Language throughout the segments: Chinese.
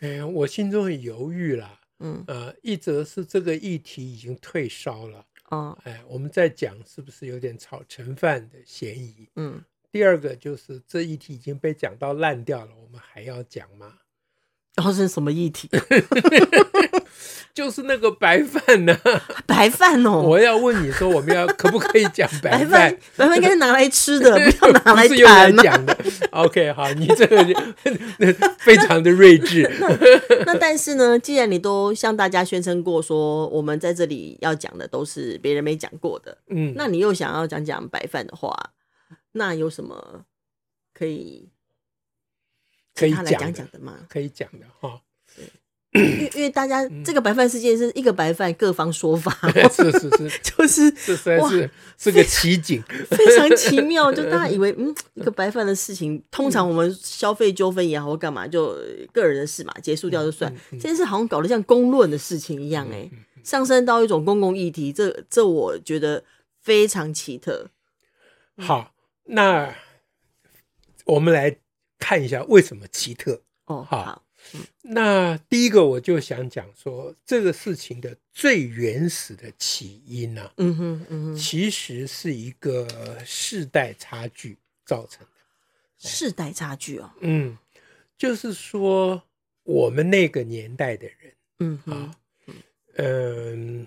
嗯，我心中很犹豫啦。嗯，呃，一则是这个议题已经退烧了，哦，哎，我们在讲是不是有点炒成饭的嫌疑？嗯，第二个就是这议题已经被讲到烂掉了，我们还要讲吗？哦然后是什么议题？就是那个白饭呢、 白饭哦，我要问你说，我们要可不可以讲白 白饭饭？，白饭应该是拿来吃 的，不要拿不来是用来谈嘛。哦讲的。OK，好，你这个就 非常的睿智。 那但是呢，既然你都向大家宣称过说，我们在这里要讲的都是别人没讲过的，嗯，那你又想要讲讲白饭的话，那有什么可以可以他来讲讲讲的，的吗？可以讲的哈。 因为因为大家这个白饭事件是一个白饭各方说法， 是是是， 就是这实在 哇是是个 奇景。非常奇妙，就大家以为嗯，一个白饭的事情，通常我们消费纠纷也好或干嘛，就呃个人的事嘛，结束掉就算。这件事好像搞得像公论的事情一样、欸，上升到一种公共议题，这这我觉得非常奇特。好，那我们来看一下为什么奇特。哦，好好，那第一个我就想讲说这个事情的最原始的起因呢、啊嗯哼，嗯哼，其实是一个世代差距造成的。世代差距哦，嗯，就是说我们那个年代的人，嗯哼，嗯，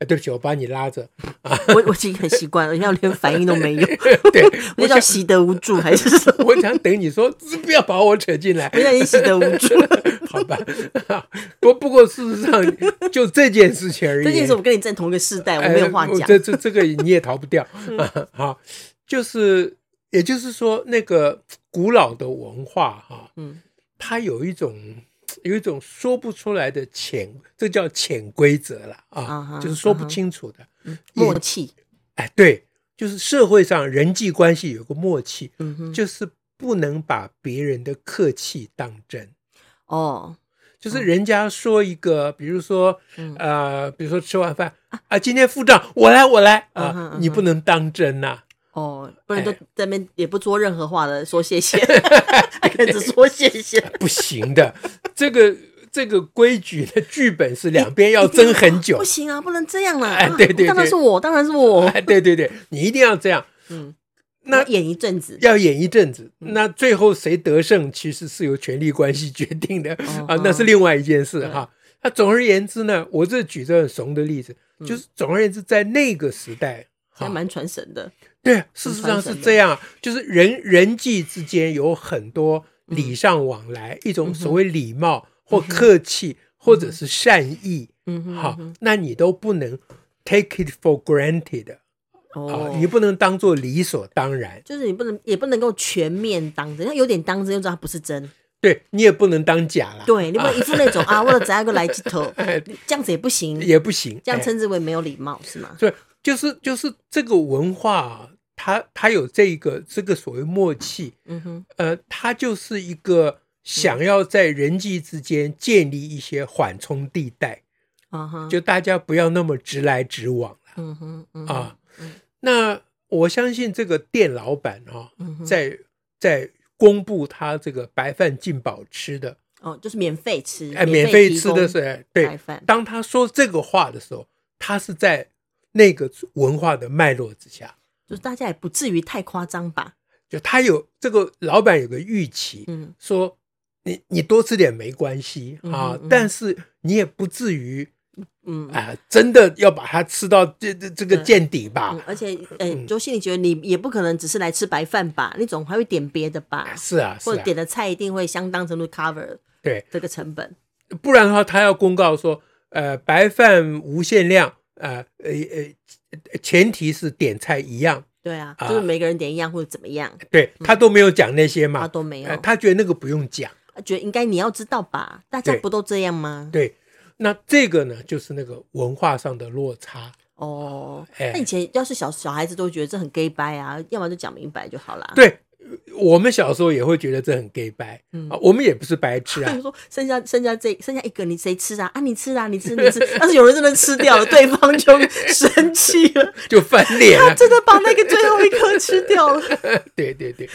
啊对不起，我把你拉着， 我我已经很习惯了，要连反应都没有，对，我就叫习得无助还是什么？我想等你说 不要把我扯进来 我，叫你习得无助。好吧？ 不不过事实上就这件事情而已，这件事我跟你站同一个世代，我没有话哎讲。这这这个你也逃不掉。 嗯好，就是也就是说，那个古老的文化哈、嗯，它有一种有一种说不出来的潜，这叫潜规则了啊啊哈就是说不啊哈清楚的。默契。哎，对，就是社会上人际关系有个默契，嗯哼，就是不能把别人的客气当真。哦，就是人家说一个，比如说嗯，呃，比如说吃完饭啊，今天付账，我来，我来嗯哼嗯啊，哼你不能当真呐、哦，不然哎就在那边也不说任何话了，说谢 谢，还跟着说谢谢，不行的。 这个这个规矩的剧本是两边要争很 久不，行啊，不能这样啦！哎啊对对当然对是我，当然是我，哎，对对对，你一定要这样，嗯，那我演一阵子，要演一阵子。嗯那最后谁得胜，其实是由权力关系决定的哦啊，那是另外一件事哈。那总而言之呢，我这举这很怂的例子，就是总而言之，在那个时代，嗯还哈蛮传神的，对，事实上是这样，就是人人际之间有很多礼嗯尚往来，一种所谓礼貌或客气，或者是善意。嗯哼，好，那你都不能 take it for granted 啊哦，，你不能当做理所当然，就是你不能，也不能够全面当真，要有点当真，就知道它不是真，对你也不能当假啦，对，你不能一副那种啊，为了摘个来几头， 哎，这样子也不行，也不行，这样哎称之为没有礼貌是吗？对，就是就是这个文化啊，它它有这一个这个所谓默契，嗯哼，呃，它就是一个嗯想要在人际之间建立一些缓冲地带，啊哈，就大家不要那么直来直往嗯哼，嗯了哼，啊。那我相信这个店老板啊，嗯哼，在在公布他这个白饭进宝吃的，哦，就是免费吃，哎，免费提吃的供是哎白对。饭，当他说这个话的时候，他是在那个文化的脉络之下，就是大家也不至于太夸张吧，就他有这个老板有个预期，嗯。说你你多吃点没关系啊，嗯哼嗯但是你也不至于嗯啊、真的要把它吃到这这这个见底吧？嗯，而且，哎、就心里觉得你也不可能只是来吃白饭吧，你总还会点别的吧，是啊，是或者啊，点的菜一定会相当程度 cover 对，这个成本。不然的话他要公告说，呃，白饭无限量，呃呃呃，前提是点菜一样，对啊，啊就是每个人点一样或者怎么样，对他都没有讲那些嘛，嗯他都没有。哎呃他觉得那个不用讲，觉得应该你要知道吧？大家对不都这样吗？对，那这个呢，就是那个文化上的落差。哦，哎那以前要是小小孩子都会觉得这很 gay 掰啊，要么就讲明白就好啦。对，我们小时候也会觉得这很 gay 白、啊，我们也不是白痴他啊 就。 说剩下剩下这剩下一个你谁吃啊？啊，你吃啊，你吃你吃。 但是有人真的吃掉了，对方就生气了，就翻脸他啊！真的把那个最后一颗吃掉了。 对对对，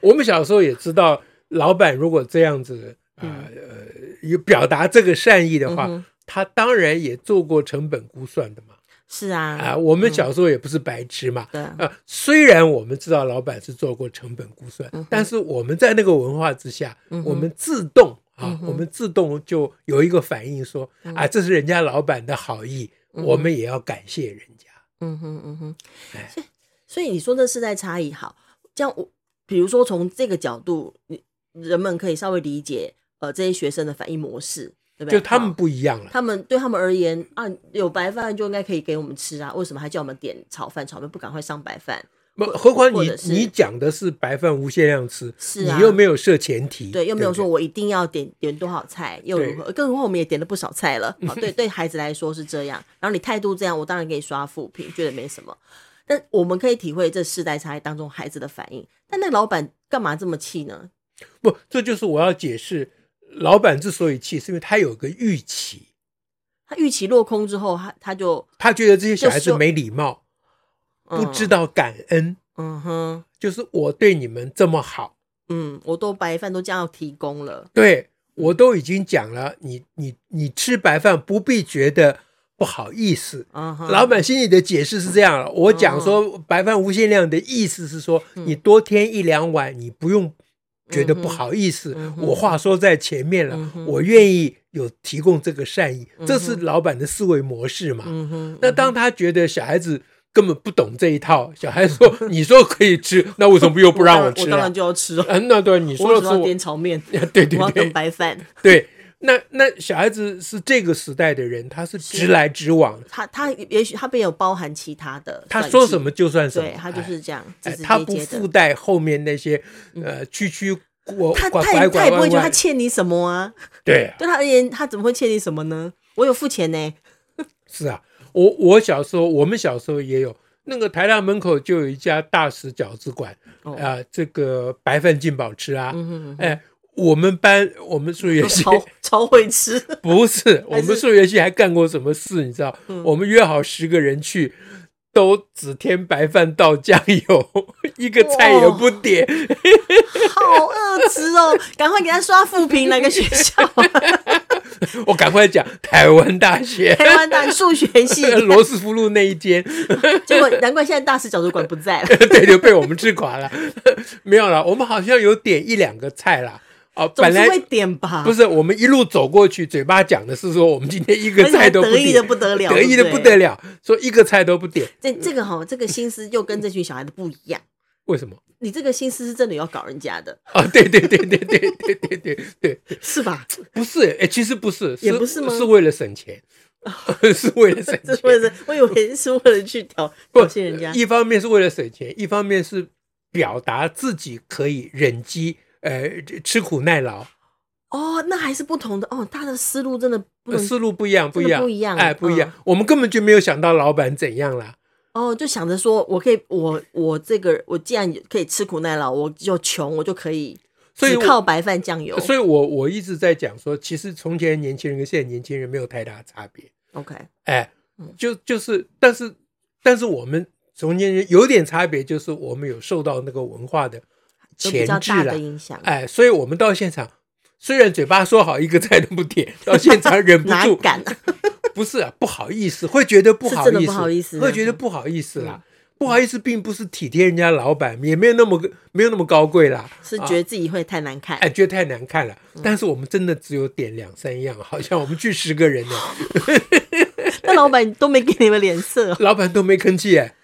我们小时候也知道，老板如果这样子啊、呃呃，有表达这个善意的话，他当然也做过成本估算的嘛。 是啊，啊，我们小时候也不是白痴嘛。对啊，虽然我们知道老板是做过成本估嗯算，但是我们在那个文化之下，我们自动嗯啊，我们自动就有一个反应说啊，这是人家老板的好意，我们也要感谢人家。嗯哼嗯哼哎，所以所以你说这世代差异好，这样我比如说从这个角度，你人们可以稍微理解呃这些学生的反应模式，对不对？就他们好不一样了，他们对他们而言啊，有白饭就应该可以给我们吃啊，为什么还叫我们点炒饭？炒饭不赶快上白饭？不，何况或你者是你讲的是白饭无限量吃，是啊你又没有设前提，对，又没有不说我一定要点点多少菜，又对如何？更何况我们也点了不少菜 了。好，对，对孩子来说是这样。然后你态度这样，我当然给你刷负评，觉得没什么。但我们可以体会这世代差异当中孩子的反应。但那老板干嘛这么气呢？不，这就是我要解释，老板之所以气，是因为他有个预期，他预期落空之后，他他就他觉得这些小孩就子说嗯没礼貌，不知，道感恩，嗯嗯哼，就是我对你们这么好，嗯，我都白饭都这样要提供了，对我嗯都已经讲了，你你你吃白饭不必觉得不好意思。嗯哼，老板心里的解释是这样了，我讲说白饭无限量的意思是说，嗯你多添一两碗，你不用觉得不好意思。嗯哼我话说在前面了，嗯哼我愿意有提供这个善意，嗯哼这是老板的思维模式嘛。嗯哼，那当他觉得小孩子根本不懂这一套，小孩说 你说可以吃，那为什么又不让我吃当然我当了然？就要吃哦，啊，那对你我 说为的什是么要我点炒面？ 对对我要对等白饭。 对，那那小孩子是这个时代的人，他是直来直往的，他他也许他没有包含其他的，他说什么就算什么，对他就是这样，直哎哎直他接不接附的。嗯带后面那些呃区区我他拐他拐也他拐也不会弯觉得他弯，欠你什么啊？对，对他而言，他怎么会欠你什么呢？我有付钱呢。是啊，我我小时候，我们小时候也有那个台大门口就有一家大石饺子馆啊、哦这个白饭进宝吃啊，嗯哎，我们班我们数 学系超超会吃，不是，我还是们数学系还干过什么事？你知道，嗯我们约好十个人去。都只添白饭倒酱油， 一个菜也不点，好饿吃哦！赶快给他刷负评，哪个学校？我赶快讲台湾大学 台湾大数学系，罗斯福路那一间， 结果难怪现在大师角度馆不在了。对，就被我们吃垮了。 没有了，我们好像有点一两个菜啦。哦、总 本是来会点吧？不是，是我们一路走过去，嘴巴讲的是说我们今天一个菜都不得意点的，不得了， 得意的对不不得对。了，说一个菜都不点，这这个哈，这个心思又跟这群小孩的不一样。为什么？你这个心思是真的有要搞人家的，啊，对对对对对对对对对，是吧？ 不是，哎，其实不是，也不是吗哦是为了省钱， 是为了省 这是为钱，了，我以为是为了去挑不挑衅人家。一方面是为了省钱，一方面是表达自己可以忍饥，呃，吃苦耐劳，呃哦，那还是不同的哦，他的思路真的不能呃思路不一样，真的一样，不一样嗯哎，不一样。我们根本就没有想到老板怎样啦，哦，就想着说我可以，我我这个我既然可以吃苦耐劳，我就穷，我就可以所以只我呃靠白饭酱油。所以我我一直在讲说，其实从前年轻人跟现在年轻人没有太大差别， OK，哎，嗯就就是，但是但是我们从前人有点差别，就是我们有受到那个文化的有比前较置大的了，影 响，哎，所以我们到现场。虽然嘴巴说好一个菜都不点，到现场忍不 哪住，敢啊？不是啊，不好意思，会觉得不好是真意的思，不好意思会觉得不好意嗯思啦。不好意思，并不是体贴人家老板，也没有那么没有那么高贵啦，是啊觉得自己会太难看。哎，觉得太难看了。嗯但是我们真的只有点两三样，好像我们去十个人呢，那老板都没给你们脸色哦，老板都没吭气哎，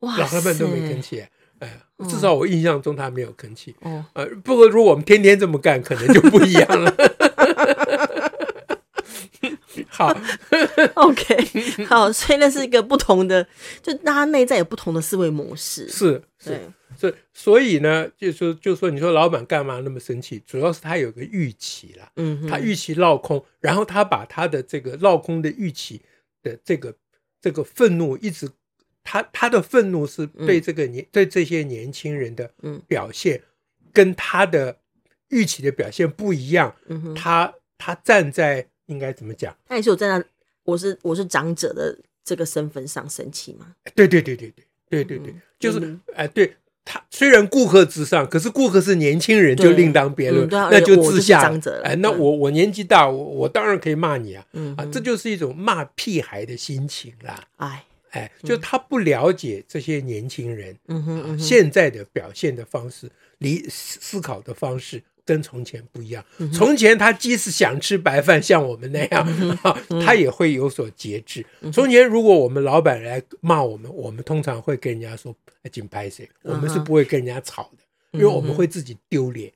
哇老塞，老板都没吭气哎，哎，嗯至少我印象中他没有吭气。哦， 呃，不过如果我们天天这么干，可能就不一 样了。好， OK，好，所以那是一个不同的，就大家内在有不同的思维模式。是是对，所以所以呢，就说就说你说老板干嘛那么生气？主要是他有个预期啦，嗯哼，他预期落空，然后他把他的这个落空的预期的这个这个愤怒一直，他他的愤怒是对这个年、对这些年轻人的嗯表现、跟他的预期的表现不一样，嗯哼，他他站在应该怎么讲？那也是有站在我是我是长者的这个身份上生气嘛？对对对对对对对对嗯，就是嗯哎、对他虽然顾客至上，可是顾客是年轻人对就另当别论，嗯对啊那就我就自是下长者了哎、那对我我年纪大，我我当然可以骂你啊嗯啊，这就是一种骂屁孩的心情啦。哎，哎，就他不了解这些年轻人、嗯哼啊嗯哼，现在的表现的方式、理思思考的方式跟从前不一样。嗯从前他即使想吃白饭，像我们那嗯样，啊他也会有所节制。从前如果我们老板来骂我们，我们通常会跟人家说“紧拍谁”，嗯我们是不会跟人家吵的，因为我们会自己 丢脸。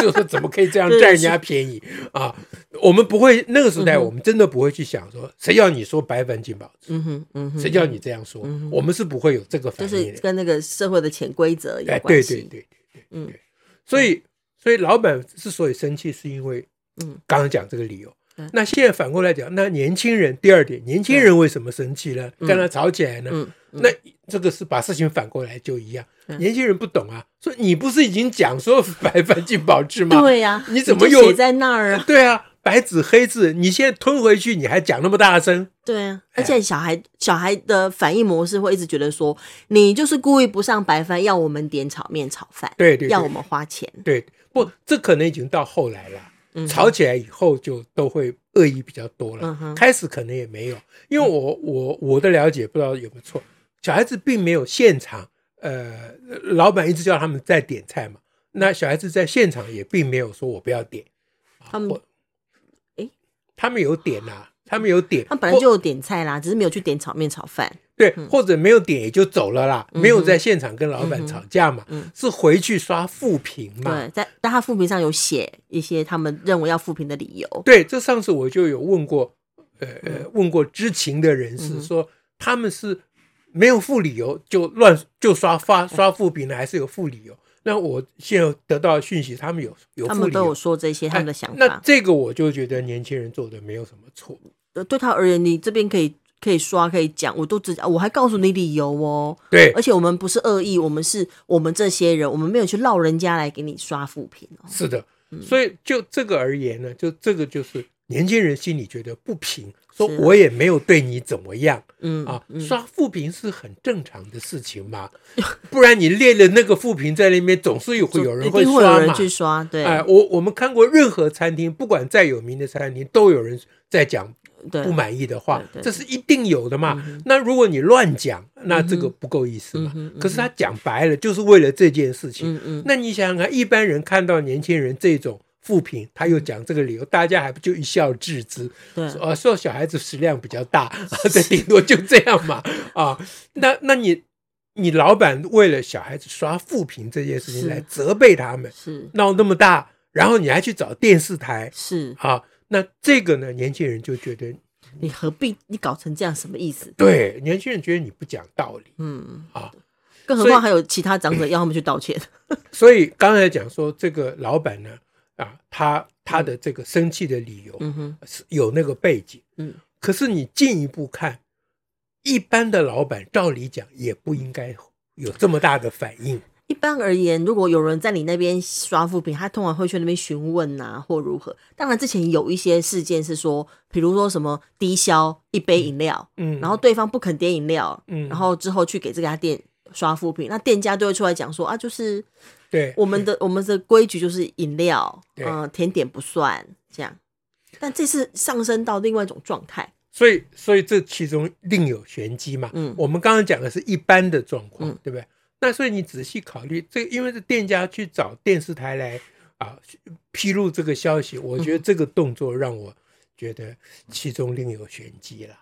就是怎么可以这样占人家便宜啊？我们不会那个时代，我们真的不会去想说谁要你说白饭进饱吃，嗯嗯哼嗯哼，谁叫你这样说？我们是不会有这个就反是应的。跟那个社会的潜规则有哎，关对系。对对对对，嗯对，所以所以老板之所以生气，是因为嗯，刚刚讲这个理由嗯。那现在反过来讲，那年轻人第二点，年轻人为什么生气呢？跟他吵起来呢？嗯那这个是把事情反过来就一样，嗯年轻人不懂啊，说你不是已经 讲说白饭进饱吃吗？对呀、你怎么就又写在那儿啊？对啊，白纸黑字，你现在吞回去，你还讲那么大声？对啊， 哎而且小孩小孩的反应模式会一直觉得说，你就是故意不上白饭，要我们点炒面、炒饭，对对对要我们花钱。对，不，这可能已经到后来了。嗯吵起来以后就都会恶意比较嗯多了，哼嗯开始可能也没有，因为我我我的了解不知道有没有错，小孩子并没有现场，呃，老板一直叫他们在点菜嘛，那小孩子在现场也并没有说我不要点，啊他们或诶他们有点呐、他们有点，他本来或就嗯有点菜啦，只是没有去点炒面、炒饭。对，或者没有点也就走了啦，嗯没有在现场跟老板吵架嘛，是回去刷负评嘛，对，在但他复评上有写一些他们认为要复评的理由。对，这上次我就有问过，呃呃，嗯问过知情的人士，说他们是没有附理由就乱就刷嗯发刷负评的，还是有附理由？那我现在得到的讯息，他们有有他附们理都有由，说这些他们的哎想那法。这个我就觉得年轻人做的没有什么错，呃对他而言，你这边可以可以刷可以讲，我都只我还告诉你理由哦。对而，且我们不是恶意，我们是我们这些人，我们没有去绕人家来给你刷负评哦。是的。所以就这个而言呢，就这个就是年轻人心里觉得不平，说是啊我也没有对你怎么样，嗯啊，刷负评是很正常的事情嘛， 不然你列了那个负评在那边，总是有会有人一定会有刷人嘛。去刷，对、哎，我我们看过任何餐厅，不管再有名的餐厅，都有人在讲对不，满意的话，对对嗯这是一定有的嘛。那如果你乱讲，那这个不够意思嘛。嗯哼嗯哼可是他讲白了，就是为了这件事情。嗯嗯，那你想想看，一般人看到年轻人这种负评，他又讲这个理由，大家还不就一笑置之？对，呃，说小孩子食量比较大，啊这顶多就这样嘛。啊，那那你你老板为了小孩子刷负评这件事情是来责备他们，是闹那么大，然后你还去找电视台是，啊，那这个呢，年轻人就觉得你何必你搞成这样，什么意思？对，年轻人觉得你不讲道理。嗯啊，更何所以况还有其他长者要他们去道歉，所以刚才讲说，这个老板呢，啊，他他的这个生气的理由嗯哼，是有那个背景，嗯，可是你进一步看，一般的老板照理讲也不应该有这么大的反应。一般而言，如果有人在你那边刷负评，他通常会去那边询问呐、或如何。当然，之前有一些事件是说，比如说什么低消一杯饮料，嗯，然后对方不肯点饮料，嗯然后之后去给这家店刷负评，那店家就会出来讲说啊，就是对我 们的我们的规矩就是饮料，对嗯、甜点不算这样。但这次上升到另外一种状态，所以所以这其中另有玄机嘛。嗯我们刚刚讲的是一般的状况，嗯对不对？那所以你仔细考虑这个，因为这店家去找电视台来啊披露这个消息，我觉得这个动作让我觉得其中另有玄机了。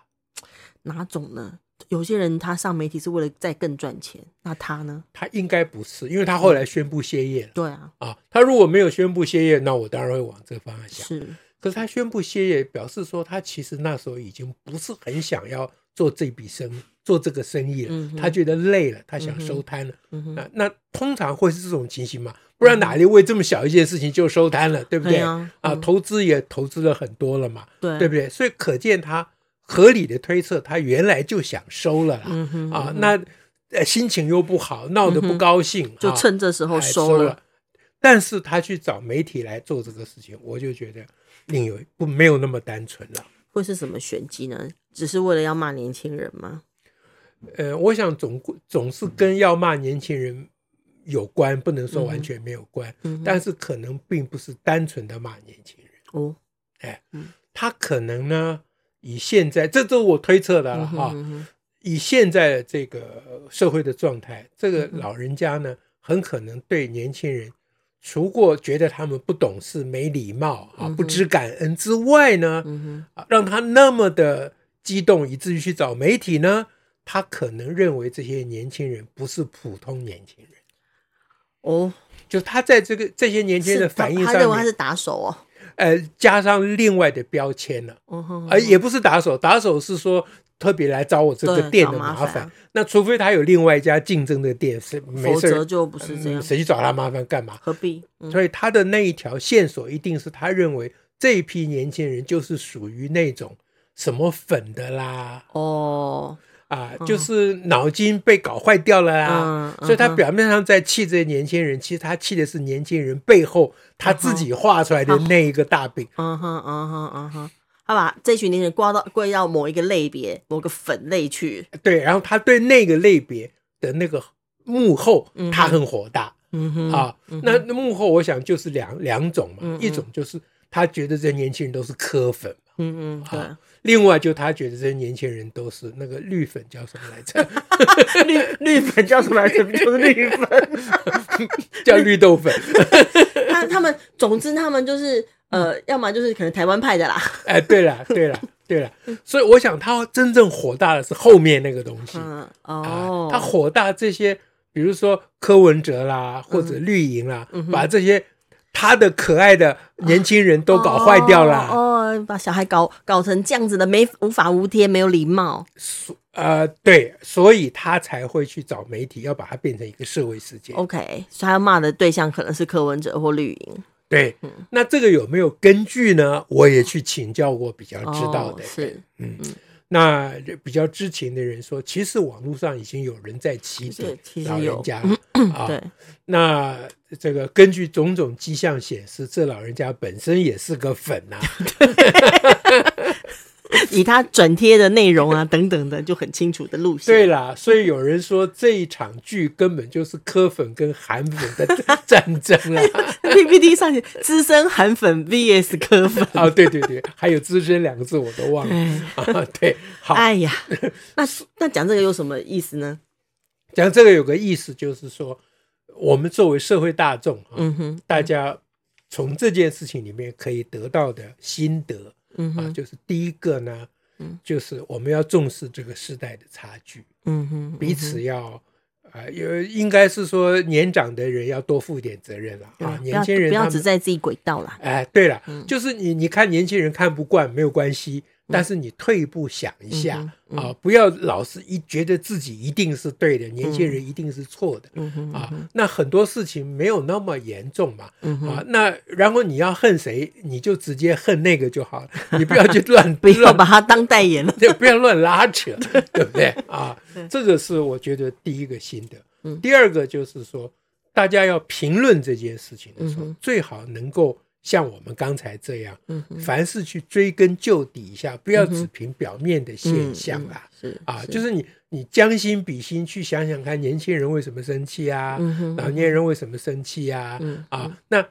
哪种呢？有些人他上媒体是为了再更赚钱，那他呢？他应该不是，因为他后来宣布歇业了。对啊，啊，他如果没有宣布歇业，那我当然会往这个方向想。是可是他宣布歇业，表示说他其实那时候已经不是很想要做这笔生做这个生意了，嗯哼他觉得累了，他想收摊了。嗯哼那那通常会是这种情形嘛？不然哪里为这么小一件事情就收摊了，对不对？对啊嗯投资也投资了很多了嘛，对对不对？所以可见他合理的推测，他原来就想收了啦。嗯哼啊，那呃心情又不好，闹得不高兴，就啊趁这时候哎收了。了。但是他去找媒体来做这个事情，我就觉得另有不没有那么单纯了。会是什么玄机呢？只是为了要骂年轻人吗？呃，我想总归总是跟要骂年轻人有关，不能说完全没有关，嗯哼，但是可能并不是单纯的骂年轻人，哦，他可能呢以现在这都我推测的了嗯啊哈、哼嗯哼以现在的这个呃社会的状态，这嗯个老人家呢，很可能对年轻人，除过觉得他们不懂事、没礼貌啊、不知感恩之外呢，嗯哼，啊，让他那么的激动，以至于去找媒体呢，他可能认为这些年轻人不是普通年轻人，哦，就他在这个这些年轻人的是他反应他认为上他面，是打手哦，呃，加上另外的标签了。哦哼，而哎也不是打手，打手是说特别来找我这个对店找的麻麻烦烦。那除非他有另外一家竞争的店，是没否事则儿就不哦是这样嗯，谁去找他麻烦干嘛？何必？嗯所以他的那一条线索一定是他认为这一批年轻人就是属于那种什么粉的啦，哦，啊，就是脑筋被搞坏掉了啦。嗯所以他嗯哼表面上在气这些年轻人，其实他气的是年轻人背后他自己画出来的那一个大饼。嗯哼，嗯哼，嗯哼，他把这群年轻人挂到归到某一个类别、某个粉类去。对，然后他对那个类别的那个幕后，他很火大、嗯哼，啊。那那幕后，我想就是两两种嘛，嗯嗯一种就是他觉得这些年轻人都是科粉嘛，嗯嗯，另外就他觉得这些年轻人都是那个绿粉叫什么来着？对，绿绿粉叫什么来着？就是绿粉。叫绿豆粉。 他他们，总之他们就是呃，嗯要么就是可能台湾派 的啦。哎，对了，对了，对了。所以我想他真正火大的是后面那个东西。嗯，啊哦，，他火大这些，比如说柯文哲啦，或嗯者绿营啦，把这些他的可爱的年轻人都搞坏掉啦。哦，哦把小孩搞搞成这样子的，没无法无天，没有礼貌。呃，对，所以他才会去找媒体，要把它变成一个社会事件。 OK，所以他骂的对象可能是柯文哲或绿营，对，嗯那这个有没有根据呢？我也去请教过比较知道的哦人。是那比较知情的人说，其实网络上已经有人在起是底其实老有嗯人家啊，对，那这个根据种种迹象显示，这老人家本身也是个粉啊 呐、以他转贴的内容啊等等的，就很清楚的路线。 对啦，所以有人说这一场剧根本就是柯粉跟韩粉的 战争啊啦。 PPT 上写资深韩粉 VS 科粉，啊，对对对，还有资深两个字我都忘了。啊，对，好，哎呀， 那那讲这个有什么意思呢？讲这个有个意思，就是说我们作为社会大众啊，嗯哼，大家从这件事情里面可以得到的心得嗯啊，哼，就是第一个呢嗯，就是我们要重视这个时代的差距。嗯哼，彼此要啊，有、应该是说年长的人要多负一点责任了对啊吧，不年要轻人不他要们只在自己轨道啦。哎，对了，嗯就是你你看年轻人看不惯没有关系，但是你退一步想一下嗯啊、不要老是一觉得自己一定是对的，年轻人一定是错的。嗯哼，啊，那很多事情没有那么严重嘛，嗯啊，那然后你要恨谁，你就直接恨那个就好了，你不 要去乱不要乱把他当代 言了。对，不要乱拉扯， 对 不对啊？这个是我觉得第一个心得。嗯第二个就是说，大家要评论这件事情的时候，嗯最好能够像我们刚才这样，嗯凡事去追根究底一下，不要只凭表面的现嗯象嗯啦。是啊，就是你你将心比心去想想看，年轻人为什么生气啊？嗯哼老年人为什么生气啊？嗯嗯啊，那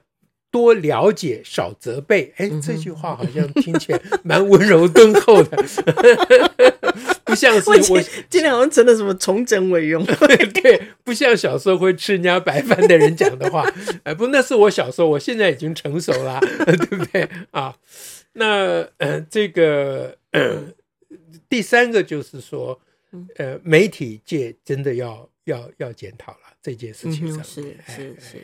多了解少责备，哎，这句话好像听起来蛮温柔敦厚的， 不像是 我我今今天好像成了什么重整委员会 对，不像小时候会吃人家白饭的人讲 的话，哎，不，那是我小时候，我现在已经成熟了， 对不对啊？那呃，这个呃，第三个就是说，嗯呃，媒体界真的要要要检讨了这件事嗯情上哼，面，是哎是是，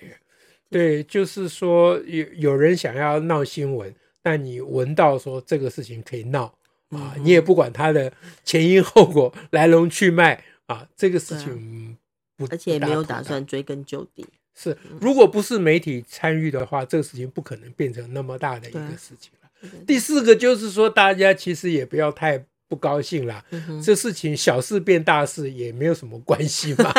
对，就是说有有人想要闹新闻，但你闻到说这个事情可以闹嗯啊，你也不管它的前因后果、来龙去脉啊，这个事对啊情不，而且也不大没有妥打当算嗯追根究 底。是，如果不是媒体参与的话，这个事情不可能变成那么大的一个对啊事情了对。第四个就是说，大家其实也不要太不高兴了，嗯哼，这事情小事变大事也没有什么关系 嘛。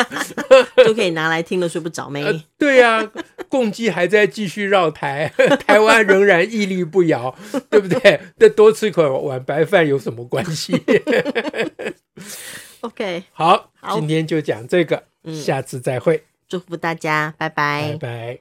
就可以拿来听了睡不着没？ 呃对呀、共济还在继续绕台， 台湾仍然屹立不摇， 对不对？那多吃口碗白饭有什么关系？ OK，好，好今天就讲这个，嗯下次再会，祝福大家，拜拜拜。